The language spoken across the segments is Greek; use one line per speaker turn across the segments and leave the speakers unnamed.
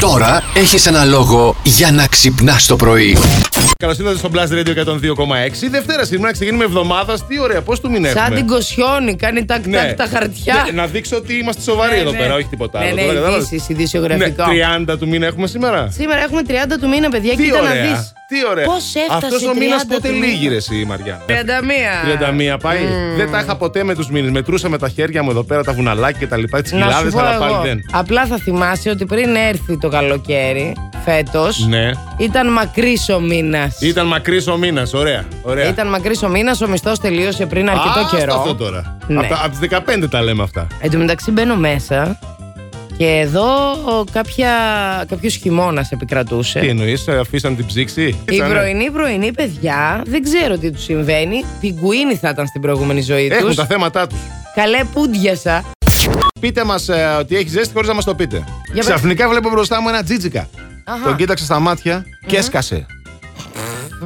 Τώρα έχεις ένα λόγο για να ξυπνάς το πρωί.
Καλώς ήρθατε στο Blast Radio 102,6. Δευτέρα σήμερα ξεκινούμε εβδομάδας. Τι ωραία, πώς του μην έχουμε.
Σαν την κοσιόνι, κάνει τάκ
Ναι.
τάκ τα χαρτιά.
Ναι, να δείξω ότι είμαστε σοβαροί
Ναι,
εδώ
ναι.
πέρα, όχι τίποτα
Ναι,
άλλο.
ναι,
Τώρα, κατάλαβες.
ειδήσεις, ειδησιογραφικό.
Ναι, 30 του μήνα έχουμε σήμερα.
Σήμερα έχουμε 30 του μήνα, παιδιά,
Τι
Ε, κοίτα να
ωραία.
δεις.
Τι ωραία.
Πώς έφτασε
Αυτός ο
30
μήνας
του
πότε
μήνα. Ναι.
λίγη ρε, εσύ, η Μαριά.
31.
31 πάει. Δεν τα είχα ποτέ με τους μήνες. Μετρούσα με τα χέρια μου εδώ πέρα τα βουναλάκια και τα λοιπά, τις
Να σου
κοιλάδες,
πω
αλλά
εγώ,
πάλι δεν.
απλά θα θυμάσαι ότι πριν έρθει το καλοκαίρι, φέτος,
Ναι.
ήταν μακρύς ο μήνας.
Ήταν μακρύς ο μήνας, ωραία. ωραία.
Ήταν μακρύς ο μήνας, ο μισθός τελείωσε πριν αρκετό
Α,
καιρό.
άστα Αυτό τώρα.
Ναι.
Από τι 15 τα λέμε αυτά.
Εν τω μεταξύ μπαίνω μέσα και εδώ κάποια, κάποιος χειμώνας επικρατούσε.
Τι εννοείς, αφήσαν την ψήξη.
Ε. Η
Ήτανε.
πρωινή πρωινή παιδιά δεν ξέρω τι τους συμβαίνει. Πιγκουίνοι θα ήταν στην προηγούμενη ζωή
Έχουν
τους.
τα θέματα τους.
Καλέ πούντιασα.
Πείτε μας ότι έχει ζέστη χωρίς να μας το πείτε.
Για πες.
Ξαφνικά βλέπω μπροστά μου ένα τζίτζικα.
Αχα.
Τον κοίταξα στα μάτια και έσκασε.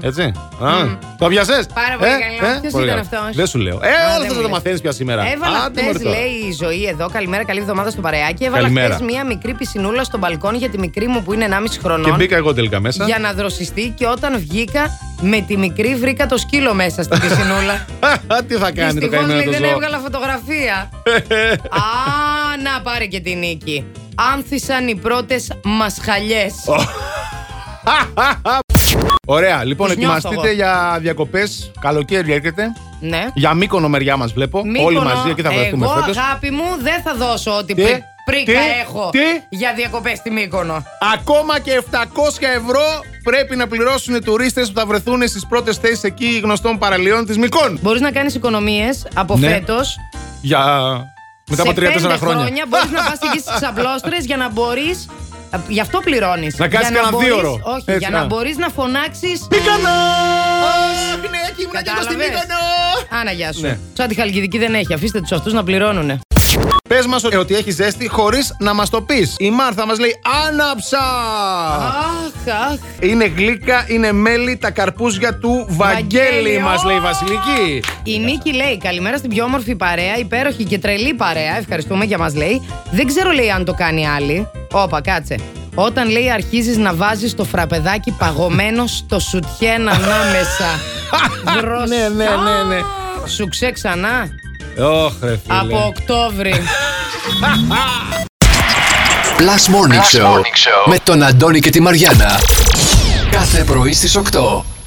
Έτσι. Α, Το Ε, πιασέ.
Πάρα πολύ καλό. Ποιος ήταν αυτός?
Δεν σου λέω. Ε,
Α,
όλα αυτά
δεν μου
θα τα
λες.
μαθαίνεις πια σήμερα.
Έβαλα
Άντε,
χθες,
μωρέ, τώρα.
λέει η ζωή εδώ. Καλημέρα, καλή εβδομάδα στο παρεάκι. Έβαλα
Καλημέρα.
χθε μία μικρή πισινούλα στο μπαλκόνι για τη μικρή μου που είναι 1,5
Και
χρονών.
μπήκα εγώ τελικά μέσα.
Για να δροσιστεί και όταν βγήκα με τη μικρή βρήκα το σκύλο μέσα στην πισινούλα.
Τι θα κάνει το
Δυστυχώς
καημένο
λέει
το
δεν
ζώο.
έβγαλα φωτογραφία. Α, να πάρε και τη νίκη. Άνθησαν οι πρώτες μασχαλιέ.
Ωραία, λοιπόν,
Τους νιώθω
ετοιμαστείτε
εγώ.
για διακοπές. Καλοκαίρι έρχεται.
Ναι.
Για μήκονο μεριά μας βλέπω. Όλοι
Μύκονο,
μαζί εκεί θα βρεθούμε
Εγώ,
φέτος.
αγάπη μου, δεν θα δώσω ό,τι
Τι,
πρι- πρίκα
τι,
έχω
τι.
για διακοπές στη Μύκονο.
Ακόμα και 700 ευρώ πρέπει να πληρώσουν οι τουρίστες που θα βρεθούν στις πρώτες θέσεις εκεί γνωστών παραλίων της Μικών.
Μπορείς να κάνεις οικονομίες από
Ναι.
φέτος.
Για. Μετά από 3-4 χρόνια.
μπορείς να πας εκεί στις ξαπλώστρες για να μπορείς. Γι' αυτό πληρώνεις.
Να κάνεις κανένα δίωρο.
Όχι,
Έτσι,
για
α.
να μπορείς να φωνάξεις.
Μύκονο! Αχ, ναι, εκεί ήμουν και εγώ στη
Κατάλαβες.
Μύκονο!
Άνα, γεια σου.
Ναι.
Σαν τη χαλκιδική δεν έχει. Αφήστε τους αυτούς να πληρώνουν.
Πες μας ότι έχει ζέστη χωρίς να μας το πεις. Η Μάρθα μας λέει Άναψα!
Αχ, αχ.
Είναι γλύκα, είναι μέλι, τα καρπούζια του Βαγγέλη
Βαγγέλη,
μας λέει η
ω!
Βασιλική.
Η Νίκη λέει: Καλημέρα στην πιο όμορφη παρέα, υπέροχη και τρελή παρέα. Ευχαριστούμε για μας λέει. Δεν ξέρω λέει αν το κάνει άλλη. Όπα, κάτσε. Όταν λέει αρχίζεις να βάζεις το φραπεδάκι παγωμένο στο σουτιέν ανάμεσα. Δροσιά.
Ναι, ναι, ναι, ναι.
Σου ξέ ξανά
Ωχ, ρε φίλε.
από Οκτώβρη.
Plus Morning, Show, με τον Αντώνη και τη Μαριάνα. Κάθε πρωί στις 8.